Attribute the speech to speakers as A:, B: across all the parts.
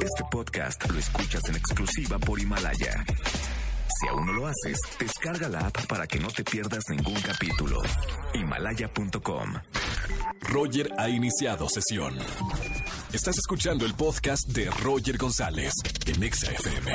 A: Este podcast lo escuchas en exclusiva por Himalaya. Si aún no lo haces, descarga la app para que no te pierdas ningún capítulo. Himalaya.com.
B: Roger ha iniciado sesión. Estás escuchando el podcast de Roger González en Exa FM.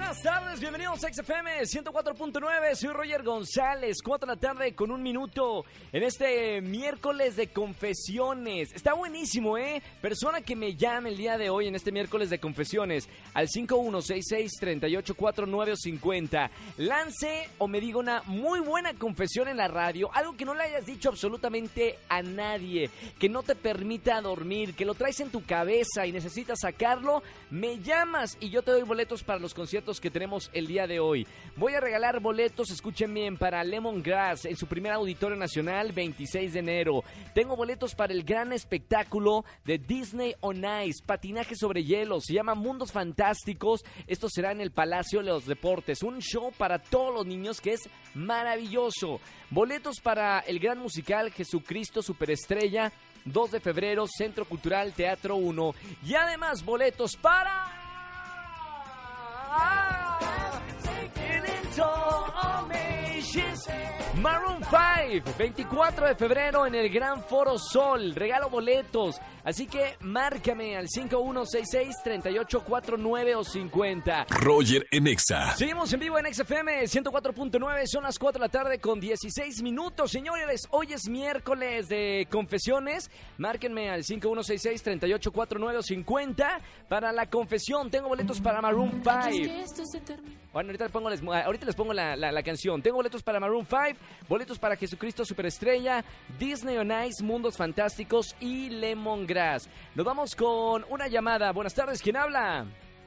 C: Buenas tardes, bienvenidos a XFM 104.9. Soy Roger González, 4 de la tarde con un minuto en este miércoles de confesiones. Está buenísimo, ¿eh? Persona que me llame el día de hoy en este miércoles de confesiones al 5166-384950. Lance o me diga una muy buena confesión en la radio, algo que no le hayas dicho absolutamente a nadie, que no te permita dormir, que lo traes en tu cabeza y necesitas sacarlo, me llamas y yo te doy boletos para los conciertos que tenemos el día de hoy. Voy a regalar boletos, escuchen bien, para Lemongrass en su primer auditorio nacional 26 de enero. Tengo boletos para el gran espectáculo de Disney on Ice, patinaje sobre hielo, se llama Mundos Fantásticos. Esto será en el Palacio de los Deportes, un show para todos los niños que es maravilloso. Boletos para el gran musical Jesucristo Superestrella, 2 de febrero, Centro Cultural Teatro 1. Y además boletos para... Taking it all on me, she's- Maroon 5, 24 de febrero en el Gran Foro Sol. Regalo boletos. Así que márcame al 5166-3849 o 50.
B: Roger en Exa.
C: Seguimos en vivo en XFM 104.9, son las 4 de la tarde con 16 minutos. Señores, hoy es miércoles de confesiones. Márquenme al 5166-3849-50 para la confesión. Tengo boletos para Maroon 5.
D: esto se termina.
C: Bueno, ahorita les pongo, les- ah, ahorita les pongo la, la- la canción. Tengo boletos para Maroon 5, boletos para Jesucristo Superestrella, Disney on Ice, Mundos Fantásticos y Lemongrass. Nos vamos con una llamada. Buenas tardes, ¿quién habla?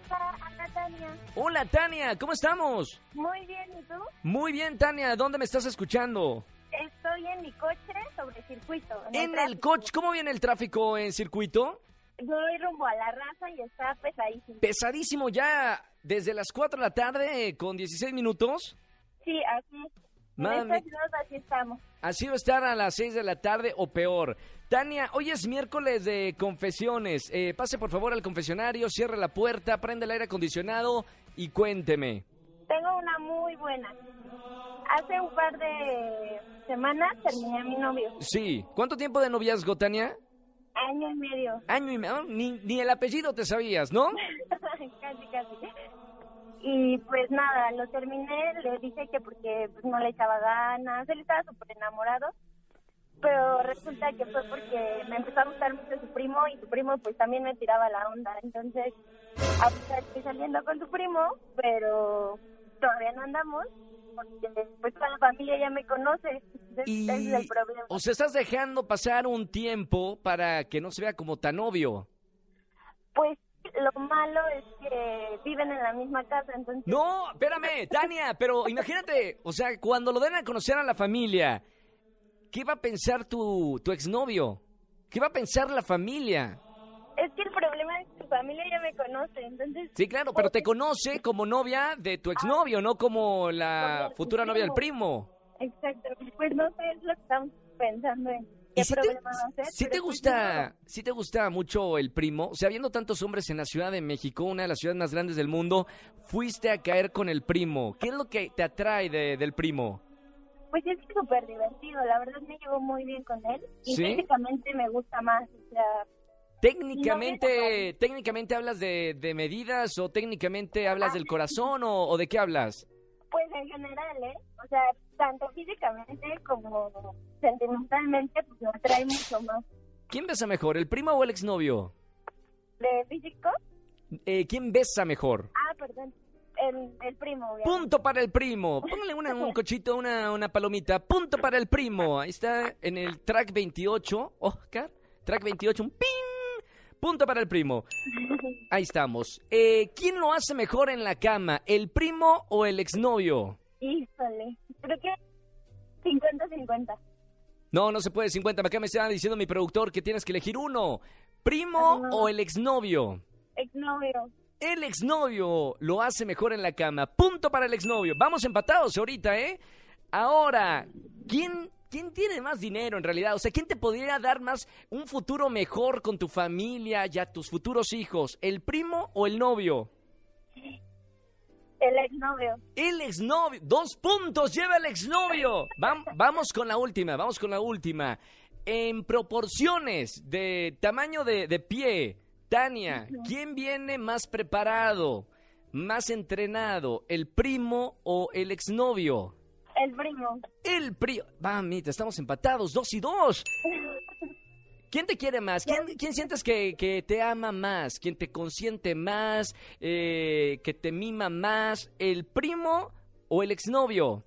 E: Ana Tania.
C: Hola, Tania, ¿cómo estamos?
E: Muy bien, ¿y tú?
C: Muy bien, Tania, ¿dónde me estás escuchando?
E: Estoy en mi coche sobre circuito.
C: En el
E: tráfico.
C: coche, ¿cómo viene el tráfico en circuito?
E: Voy rumbo a la raza y está pesadísimo.
C: Pesadísimo ya, desde las 4 de la tarde con 16 minutos.
E: Sí, así es.
C: Madre
E: en esta
C: mía.
E: ciudad así estamos.
C: Así va a estar a las 6 de la tarde o peor. Tania, hoy es miércoles de confesiones. Eh, pase por favor al confesionario, cierre la puerta, prende el aire acondicionado y cuénteme.
E: Tengo una muy buena. Hace un par de semanas terminé a mi novio.
C: Sí, ¿cuánto tiempo de noviazgo, Tania?
E: Año y medio.
C: Año y medio. Ni, ni el apellido te sabías, ¿no?
E: casi, casi. Y pues nada, lo terminé, le dije que porque pues, no le echaba ganas, él estaba súper enamorado, pero resulta que fue porque me empezó a gustar mucho su primo y su primo pues también me tiraba la onda, entonces ahorita estoy saliendo con su primo, pero todavía no andamos, porque pues toda la familia ya me conoce, entonces,
C: Y,
E: ese es el problema.
C: o sea, estás dejando pasar un tiempo para que no se vea como tan obvio.
E: Pues lo malo es que viven en la misma casa, entonces...
C: No, espérame, Tania, pero imagínate, o sea, cuando lo den a conocer a la familia, ¿qué va a pensar tu, tu exnovio? ¿Qué va a pensar la familia?
E: Es que el problema es que tu familia ya me conoce, entonces...
C: Sí, claro, pero te conoce como novia de tu exnovio, no como la
E: Como
C: futura
E: tu
C: novia del primo.
E: Exacto, pues no sé, es lo que estamos pensando en qué
C: ¿Y si te,
E: problema va a ser.
C: si te
E: pero pues
C: gusta, si te gusta mucho el primo, o sea, viendo tantos hombres en la Ciudad de México, una de las ciudades más grandes del mundo, fuiste a caer con el primo. ¿Qué es lo que te atrae de- del primo?
E: no, Pues es que es súper divertido, la verdad me llevo muy bien con él. Y
C: ¿Sí?
E: técnicamente me gusta más, o sea...
C: Técnicamente, técnicamente hablas de, de medidas o técnicamente hablas del corazón o, o de qué hablas?
E: Pues en general, ¿eh? O sea, tanto físicamente como sentimentalmente, pues me atrae mucho más.
C: ¿Quién besa mejor, el primo o el exnovio?
E: ¿De físico?
C: Eh, ¿Quién besa mejor?
E: Ah, perdón, el, el primo, obviamente.
C: Punto para el primo. Póngale una- un cochito, una, una palomita. Punto para el primo. Ahí está en el track 28, Oscar. Track 28, un ping. Punto para el primo. Ahí estamos. Eh, ¿Quién lo hace mejor en la cama, el primo o el exnovio?
E: Híjole, creo que 50-50.
C: No, no se puede 50. Acá me estaba diciendo mi productor que tienes que elegir uno. ¿Primo
E: Ah.
C: o el exnovio?
E: Exnovio.
C: El exnovio lo hace mejor en la cama. Punto para el exnovio. Vamos empatados ahorita, ¿eh? Ahora, ¿quién ¿Quién tiene más dinero en realidad? O sea, ¿quién te podría dar más un futuro mejor con tu familia y a tus futuros hijos? ¿El primo o el novio?
E: El exnovio.
C: El exnovio. Dos puntos lleva el exnovio. Vam- vamos con la última, vamos con la última. En proporciones de tamaño de, de pie, Tania, ¿quién viene más preparado, más entrenado? ¿El primo o el exnovio?
E: El primo.
C: El primo. Mamita, estamos empatados, dos y dos. ¿Quién te quiere más? ¿Quién, quién sientes que, que te ama más? ¿Quién te consiente más? Eh, ¿Que te mima más? ¿El primo o el exnovio?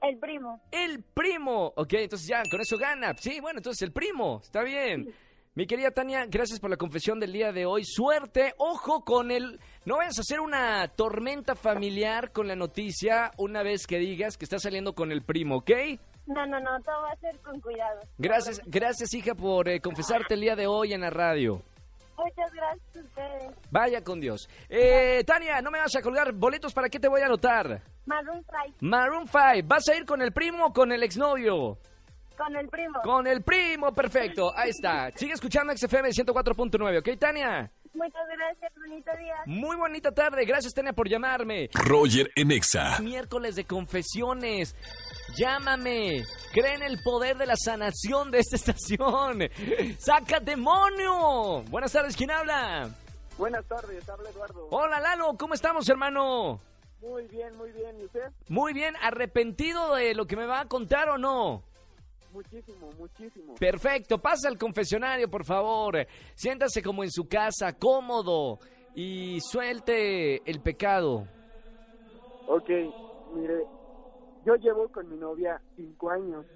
E: El primo.
C: El primo. Ok, entonces ya, con eso gana. Sí, bueno, entonces el primo. Está bien. Mi querida Tania, gracias por la confesión del día de hoy. Suerte, ojo con el... No vayas a hacer una tormenta familiar con la noticia una vez que digas que estás saliendo con el primo, ¿ok?
E: No, no, no, todo va a ser con cuidado.
C: Gracias, gracias hija por eh, confesarte el día de hoy en la radio.
E: Muchas gracias a ustedes.
C: Vaya con Dios. Eh, Tania, no me vas a colgar boletos, ¿para qué te voy a anotar?
E: Maroon 5
C: Maroon 5, ¿vas a ir con el primo o con el exnovio?
E: con el primo.
C: Con el primo, perfecto. Ahí está. Sigue escuchando XFM 104.9, ¿ok, Tania?
E: Muchas gracias, bonito día.
C: Muy bonita tarde. Gracias, Tania, por llamarme.
B: Roger en Exa.
C: Miércoles de confesiones. Llámame. Cree en el poder de la sanación de esta estación. ¡Saca demonio! Buenas tardes, ¿quién habla?
D: Buenas tardes, habla Eduardo.
C: Hola, Lalo, ¿cómo estamos, hermano?
D: Muy bien, muy bien. ¿Y usted?
C: Muy bien, ¿arrepentido de lo que me va a contar o no?
D: Muchísimo, muchísimo.
C: Perfecto, pasa al confesionario, por favor. Siéntase como en su casa, cómodo, y suelte el pecado.
D: Ok, mire, yo llevo con mi novia cinco años.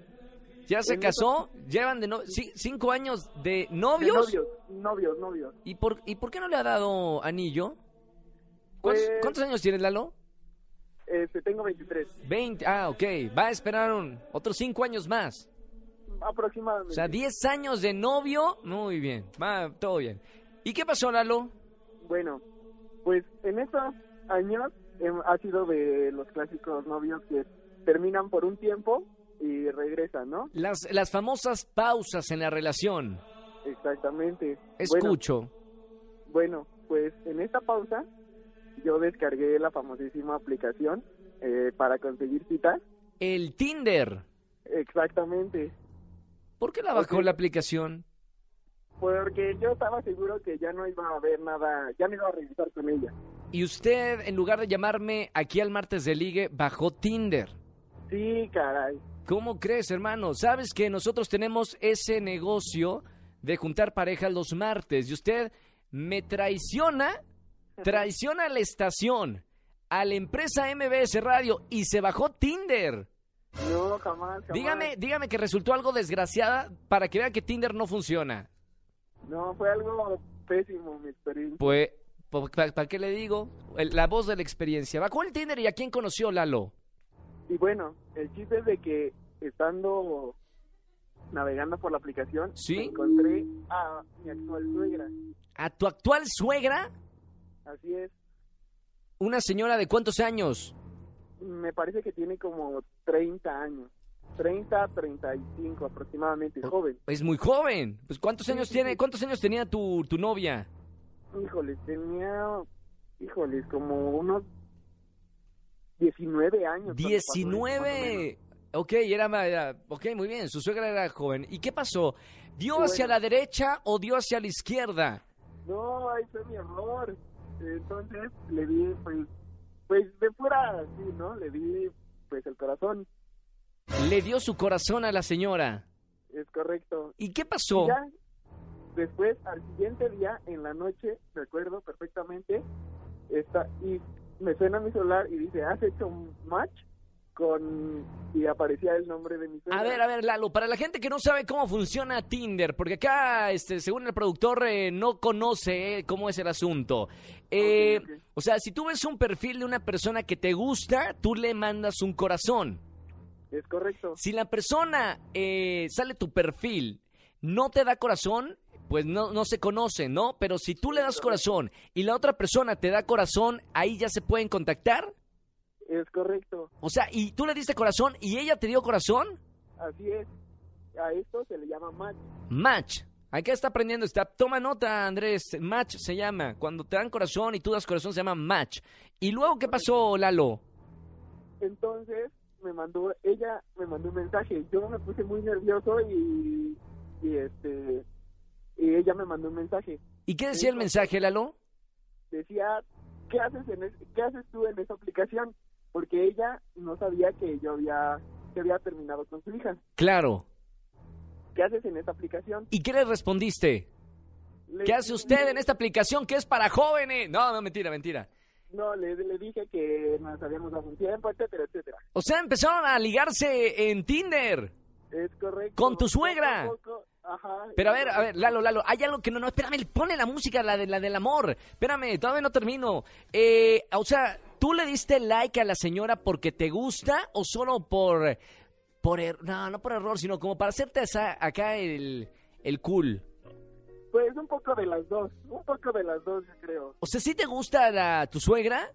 C: ¿Ya se
D: En
C: casó? ¿Llevan de no... ci- cinco años de
D: De
C: novios?
D: novios, novios, novios.
C: ¿Y por, ¿Y por qué no le ha dado anillo? ¿Cuántos,
D: Pues-
C: cuántos años tienes, Lalo?
D: Este, tengo 23,
C: Veinte. Ah, ok. Va a esperar un- otros cinco años más. O
D: aproximadamente.
C: sea, diez años de novio. Muy bien. Va, todo bien. ¿Y qué pasó, Lalo?
D: Bueno, pues en esos años em, ha sido de los clásicos novios que terminan por un tiempo y regresan, ¿no?
C: Las, las famosas pausas en la relación.
D: Exactamente. Bueno,
C: Escucho.
D: Bueno, pues en esta pausa yo descargué la famosísima aplicación eh, para conseguir citas.
C: El Tinder.
D: Exactamente,
C: ¿Por qué la bajó
D: Ok.
C: la aplicación?
D: porque yo estaba seguro que ya no iba a haber nada, ya no iba a regresar con ella.
C: Y usted, en lugar de llamarme aquí al martes de ligue, bajó Tinder.
D: Sí, caray.
C: ¿Cómo crees, hermano? Sabes que nosotros tenemos ese negocio de juntar parejas los martes y usted me traiciona, traiciona a la estación, a la empresa MBS Radio y se bajó Tinder.
D: No, jamás, jamás.
C: Dígame, dígame que resultó algo desgraciada para que vea que Tinder no funciona.
D: No, fue algo pésimo mi experiencia.
C: Pues, ¿para qué le digo? El- la voz de la experiencia. Bajó el Tinder y a quién conoció Lalo.
D: Y bueno, el chiste es de que estando navegando por la aplicación,
C: Sí.
D: me encontré a mi actual suegra.
C: A tu actual suegra,
D: Así es.
C: una señora de cuántos años.
D: me parece que tiene como 30 años. 30, 35 aproximadamente, joven.
C: Es muy joven. Pues cuántos años
D: sí,
C: tiene,
D: sí.
C: cuántos años tenía tu, tu novia.
D: Híjoles, tenía, híjoles, como unos 19 años. cuando pasó esto, más o menos.
C: Diecinueve. Ok, era, ma- era- ok, muy bien. Su suegra era joven. ¿Y qué pasó? ¿Dio
D: Bueno.
C: hacia la derecha o dio hacia la izquierda?
D: No, ahí fue mi error. Entonces le di, pues, pues de fuera así, ¿no? Le di, pues, el corazón.
C: Le dio su corazón a la señora.
D: Es correcto.
C: ¿Y qué pasó?
D: Y ya, después, al siguiente día, en la noche, recuerdo perfectamente, está, y me suena mi celular y dice, ¿has hecho un match? con Y aparecía el nombre de mi suegra.
C: A ver, a ver, Lalo, para la gente que no sabe cómo funciona Tinder, porque acá, este, según el productor, eh, no conoce eh, cómo es el asunto. Eh,
D: Ok, ok.
C: O sea, si tú ves un perfil de una persona que te gusta, tú le mandas un corazón.
D: Es correcto.
C: Si la persona eh, sale tu perfil, no te da corazón, pues no, no se conocen, ¿no? Pero si tú le das corazón y la otra persona te da corazón, ahí ya se pueden contactar.
D: Es correcto.
C: O sea, y tú le diste corazón y ella te dio corazón.
D: Así es. a esto se le llama match.
C: Match. Acá está aprendiendo, está. Toma nota, Andrés. Match se llama. Cuando te dan corazón y tú das corazón se llama match. ¿Y luego qué pasó, Lalo?
D: Entonces me mandó, ella me mandó un mensaje, yo me puse muy nervioso y, y este, y ella me mandó un mensaje.
C: ¿Y qué decía el mensaje, Lalo?
D: Decía, ¿qué haces, en es- ¿qué haces tú en esa aplicación? Porque ella no sabía que yo había, que había terminado con su hija.
C: Claro.
D: ¿Qué haces en esa aplicación?
C: ¿Y qué le respondiste?
D: Le-
C: ¿Qué hace usted en esta aplicación que es para jóvenes? No, no, mentira, mentira.
D: No, le, le dije que nos habíamos dado un tiempo, etcétera, etcétera.
C: O sea, empezaron a ligarse en Tinder.
D: Es correcto.
C: Con tu suegra.
D: Poco a poco, ajá.
C: Pero a ver, a ver, Lalo, Lalo, hay algo que no, no, espérame, pone la música, la, de, la del amor. Espérame, todavía no termino. Eh, o sea, ¿tú le diste like a la señora porque te gusta o solo por, por, er- no, no por error, sino como para hacerte esa- acá el, el cool?
D: Pues un poco de las dos, un poco de las dos, yo creo.
C: O sea, ¿sí te gusta la, tu suegra?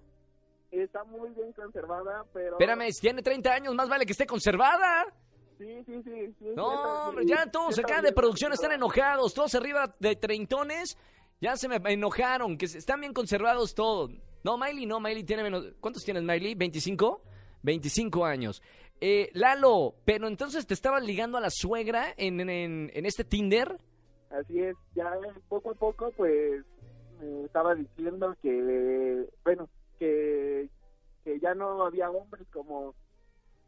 D: Está muy bien conservada, pero...
C: Espérame, si tiene 30 años, más vale que esté conservada.
D: Sí, sí, sí. sí
C: No, hombre,
D: sí,
C: ya
D: sí,
C: todos
D: está
C: acá de
D: bien
C: producción están
D: conservada.
C: enojados, todos arriba de treintones, ya se me enojaron, que se- están bien conservados todos. No, Miley, no, Miley tiene menos... ¿Cuántos tienes, Miley? ¿25? 25 años. Eh, Lalo, pero entonces te estabas ligando a la suegra en, en- en- en este Tinder.
D: Así es, ya poco a poco, pues, me estaba diciendo que, bueno, que, que ya no había hombres como,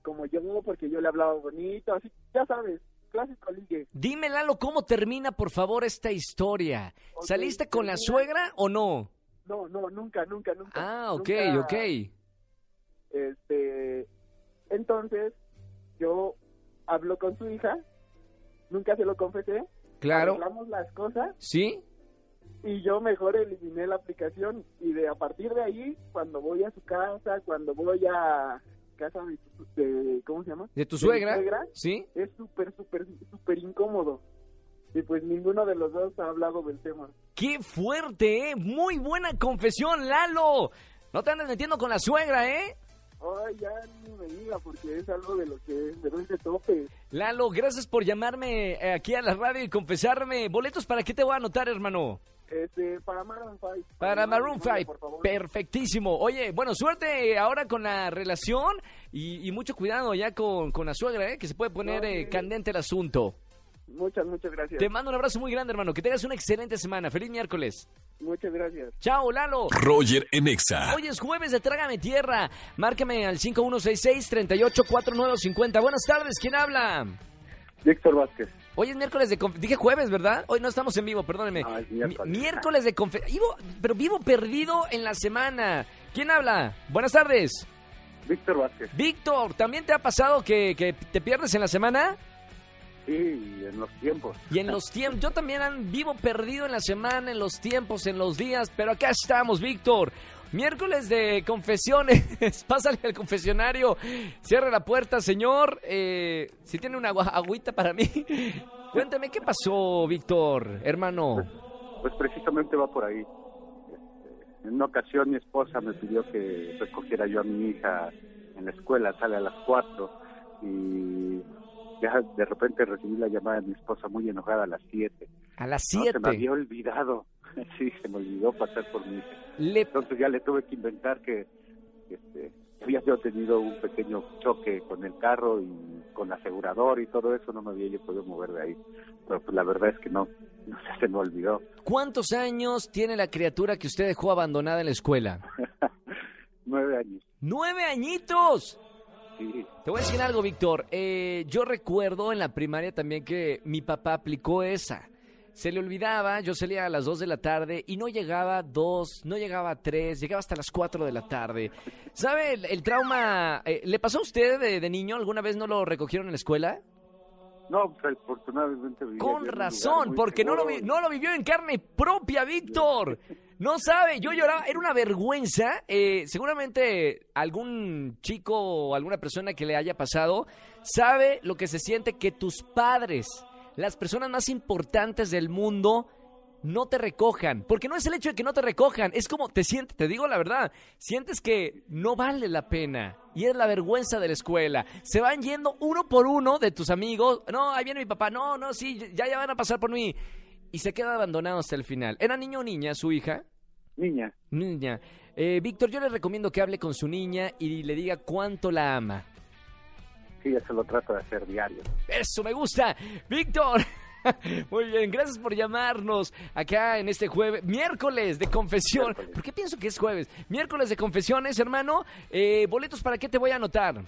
D: como yo, porque yo le hablaba bonito, así, ya sabes, clásico ligue.
C: Dime, Lalo, ¿cómo termina, por favor, esta historia?
D: Ok,
C: ¿Saliste con la
D: termina-
C: suegra o no?
D: No, no, nunca, nunca, nunca.
C: Ah, ok,
D: Nunca,
C: ok.
D: Este, entonces, yo hablo con su hija, nunca se lo confesé,
C: Claro.
D: hablamos las cosas
C: ¿Sí?
D: y yo mejor eliminé la aplicación y de a partir de ahí, cuando voy a su casa, cuando voy a casa de, su- de- ¿cómo se llama?
C: ¿De tu
D: mi
C: suegra?
D: suegra?
C: ¿Sí?
D: Es súper, súper, súper incómodo. Y pues ninguno de los dos ha hablado del tema.
C: ¡Qué fuerte, eh! ¡Muy buena confesión, Lalo! No te andes metiendo con la suegra, ¿eh?
D: Ay, ya ni me diga porque es algo de lo que me doy de tope.
C: Lalo, gracias por llamarme eh, aquí a la radio y confesarme. ¿Boletos para qué te voy a anotar, hermano?
D: Este, para Maroon 5.
C: Para Maroon 5.
D: por favor.
C: Perfectísimo. Oye, bueno, suerte ahora con la relación y, y mucho cuidado ya con, con la suegra, ¿eh? Que se puede poner eh,
D: Ok.
C: candente el asunto.
D: Muchas, muchas gracias.
C: Te mando un abrazo muy grande, hermano. Que tengas una excelente semana. Feliz miércoles.
D: Muchas gracias.
C: Chao, Lalo.
B: Roger en Exa.
C: Hoy es jueves de Trágame Tierra. Márcame al 5166-384950. Buenas tardes, ¿quién habla?
F: Víctor Vázquez.
C: Hoy es miércoles de conf- Dije jueves, ¿verdad? Hoy no estamos en vivo, perdóneme.
F: No, es miércoles.
C: Mi- miércoles de conferencia. Pero vivo perdido en la semana. ¿Quién habla? Buenas tardes.
F: Víctor Vázquez.
C: Víctor, ¿también te ha pasado que, que te pierdes en la semana?
F: Sí, en los tiempos.
C: Y en los tiempos, yo también an- vivo perdido en la semana, en los tiempos, en los días, pero acá estamos, Víctor. Miércoles de confesiones, pásale al confesionario, cierre la puerta, señor. Eh, si tiene una agua- agüita para mí, cuéntame qué pasó, Víctor, hermano.
F: Pues precisamente va por ahí. Este, En una ocasión mi esposa me pidió que recogiera yo a mi hija en la escuela, sale a las 4 y ya de repente recibí la llamada de mi esposa muy enojada a las 7.
C: A las
F: ¿no? Se me
C: 7,
F: había olvidado. Sí, se me olvidó pasar por mi hija.
C: le
F: Entonces ya le tuve que inventar que este, había yo tenido un pequeño choque con el carro y con la aseguradora y todo eso, no me había yo podido mover de ahí. Pero pues la verdad es que no, no sé, se me olvidó.
C: ¿cuántos años tiene la criatura que usted dejó abandonada en la escuela?
F: Nueve años,
C: ¡Nueve añitos!
F: sí,
C: Te voy a decir algo, Víctor. Eh, yo recuerdo en la primaria también que mi papá aplicó esa. Se le olvidaba, yo salía a las 2 de la tarde y no llegaba a 2, no llegaba a 3, llegaba hasta las 4 de la tarde. ¿Sabe el, el trauma? eh, ¿Le pasó a usted de, de niño? ¿Alguna vez no lo recogieron en la escuela?
F: No, pues, afortunadamente vivía yo en un
C: Con
F: lugar
C: razón,
F: muy
C: porque no lo, vi-
F: seguro.
C: no lo vivió en carne propia, Víctor. No sabe, yo lloraba, era una vergüenza. Eh, seguramente algún chico o alguna persona que le haya pasado sabe lo que se siente que tus padres, las personas más importantes del mundo, no te recojan. Porque no es el hecho de que no te recojan, es como te sientes, te digo la verdad, sientes que no vale la pena y es la vergüenza de la escuela. Se van yendo uno por uno de tus amigos. No, ahí viene mi papá, no, no, sí, ya, ya van a pasar por mí. Y se queda abandonado hasta el final. ¿Era niño o niña su hija?
F: Niña,
C: Niña. Eh, Víctor, yo le recomiendo que hable con su niña y le diga cuánto la ama.
F: sí, ya se lo trata de hacer diario.
C: Eso me gusta. Víctor. Muy bien, gracias por llamarnos acá en este jueves, miércoles de confesión.
F: Miércoles.
C: ¿Por qué pienso que es jueves? Miércoles de confesiones, hermano. Eh, boletos, ¿para qué te voy a anotar?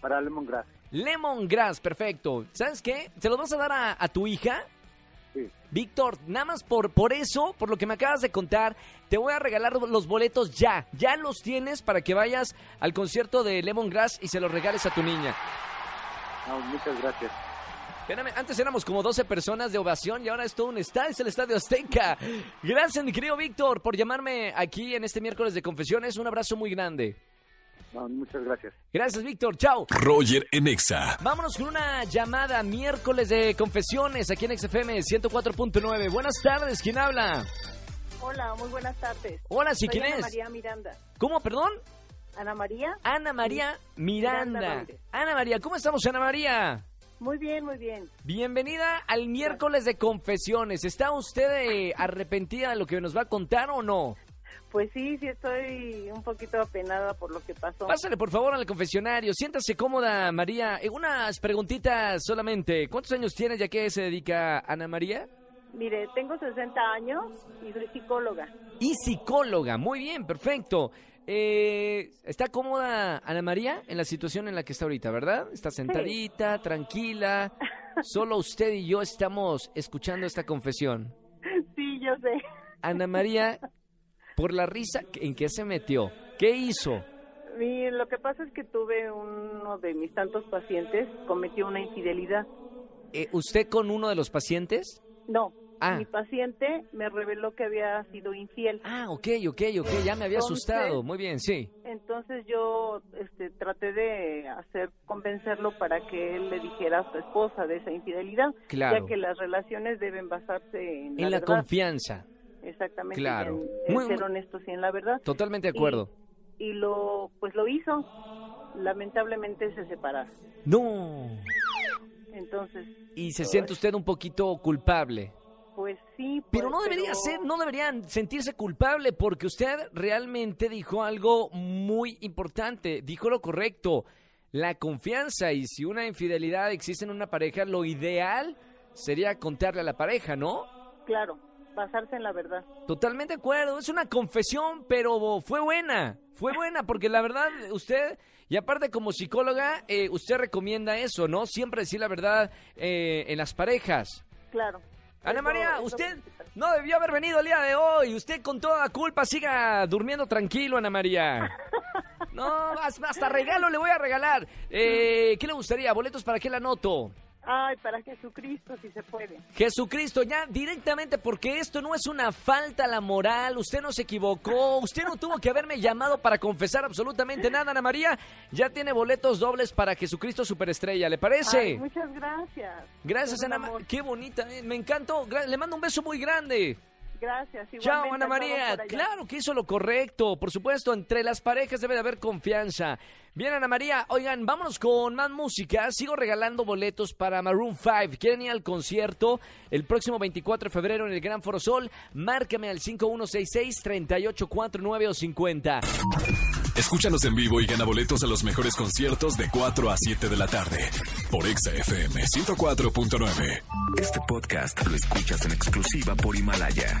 F: Para Lemongrass,
C: Lemongrass, perfecto. ¿Sabes qué? ¿Se los vas a dar a, a tu hija?
F: sí.
C: Víctor, nada más por, por eso, por lo que me acabas de contar, te voy a regalar los boletos ya. Ya los tienes para que vayas al concierto de Lemongrass y se los regales a tu niña.
F: No, Ah, muchas gracias.
C: Espérame, antes éramos como 12 personas de ovación y ahora es todo un estadio, es el Estadio Azteca. Gracias, mi querido Víctor, por llamarme aquí en este miércoles de confesiones. Un abrazo muy grande.
F: No, muchas gracias.
C: Gracias, Víctor. Chao.
B: Roger en Exa.
C: Vámonos con una llamada miércoles de confesiones aquí en XFM 104.9. Buenas tardes, ¿quién habla?
G: Hola, muy buenas tardes.
C: Hola, Oh, sí,
G: Soy
C: ¿quién
G: Ana
C: es?
G: María Miranda.
C: ¿Cómo, perdón?
G: Ana María,
C: Ana María
G: Miranda
C: Miranda.
G: Rodríguez.
C: Ana María, ¿cómo estamos, Ana María?
G: muy bien, muy bien.
C: Bienvenida al miércoles de confesiones. ¿Está usted eh, arrepentida de lo que nos va a contar o no?
G: Pues sí, sí estoy un poquito apenada por lo que pasó.
C: Pásale por favor al confesionario, siéntase cómoda María. Eh, unas preguntitas solamente. ¿Cuántos años tiene ya que se dedica Ana María?
G: Mire, tengo 60 años y soy psicóloga.
C: Y psicóloga, muy bien, perfecto. Eh, ¿Está cómoda Ana María en la situación en la que está ahorita, verdad? Está sentadita, tranquila. Solo usted y yo estamos escuchando esta confesión.
G: Sí, yo sé.
C: Ana María, por la risa, ¿en qué se metió? ¿Qué hizo?
G: Mire, lo que pasa es que tuve uno de mis tantos pacientes, cometió una infidelidad.
C: Eh, ¿Usted con uno de los pacientes?
G: No,
C: Ah.
G: mi paciente me reveló que había sido infiel.
C: Ah, ok, ok, ok, ya me había
G: Entonces-
C: asustado. Muy bien, sí.
G: Entonces yo este, traté de hacer convencerlo para que él le dijera a su esposa de esa infidelidad,
C: Claro.
G: ya que las relaciones deben basarse en,
C: En la
G: verdad.
C: confianza.
G: Exactamente. y
C: Claro.
G: En, en
C: Muy-
G: ser
C: muy-
G: honestos y en la verdad.
C: Totalmente de acuerdo.
G: Y lo, pues lo hizo. Lamentablemente se separaron.
C: No.
G: Entonces,
C: Y se siente usted un poquito culpable.
G: pues sí. pues,
C: Pero no debería ser, no deberían sentirse culpable porque usted realmente dijo algo muy importante, dijo lo correcto, la confianza y si una infidelidad existe en una pareja, lo ideal sería contarle a la pareja, ¿no?
G: Claro, basarse en la verdad.
C: Totalmente de acuerdo, es una confesión, pero fue buena, fue buena porque la verdad usted, y aparte como psicóloga, eh, usted recomienda eso, ¿no? Siempre decir la verdad eh, en las parejas.
G: Claro.
C: Ana
G: Eso-
C: María,
G: eso
C: usted
G: principal.
C: no debió haber venido el día de hoy. Usted con toda culpa siga durmiendo tranquilo, Ana María. No, has- hasta regalo le voy a regalar. Eh, ¿Qué le gustaría? ¿Boletos para qué la anoto?
G: Ay, para Jesucristo, si se puede.
C: Jesucristo, ya directamente, porque esto no es una falta a la moral. Usted no se equivocó. Usted no tuvo que haberme llamado para confesar absolutamente nada, Ana María. Ya tiene boletos dobles para Jesucristo Superestrella, ¿le parece?
G: Ay, muchas gracias.
C: Gracias,
G: Todo un
C: Ana María.
G: amor.
C: Qué bonita, eh, me encantó. Gra- Le mando un beso muy grande.
G: Gracias. igualmente
C: Chao,
G: a
C: Ana
G: todos
C: María.
G: por allá.
C: Claro que hizo lo correcto. Por supuesto, entre las parejas debe de haber confianza. Bien, Ana María. Oigan, vámonos con más música. Sigo regalando boletos para Maroon 5. ¿Quieren ir al concierto el próximo 24 de febrero en el Gran Foro Sol? Márcame al 5166-3849 o 50.
B: Escúchanos en vivo y gana boletos a los mejores conciertos de 4 a 7 de la tarde por Exa FM 104.9.
A: Este podcast lo escuchas en exclusiva por Himalaya.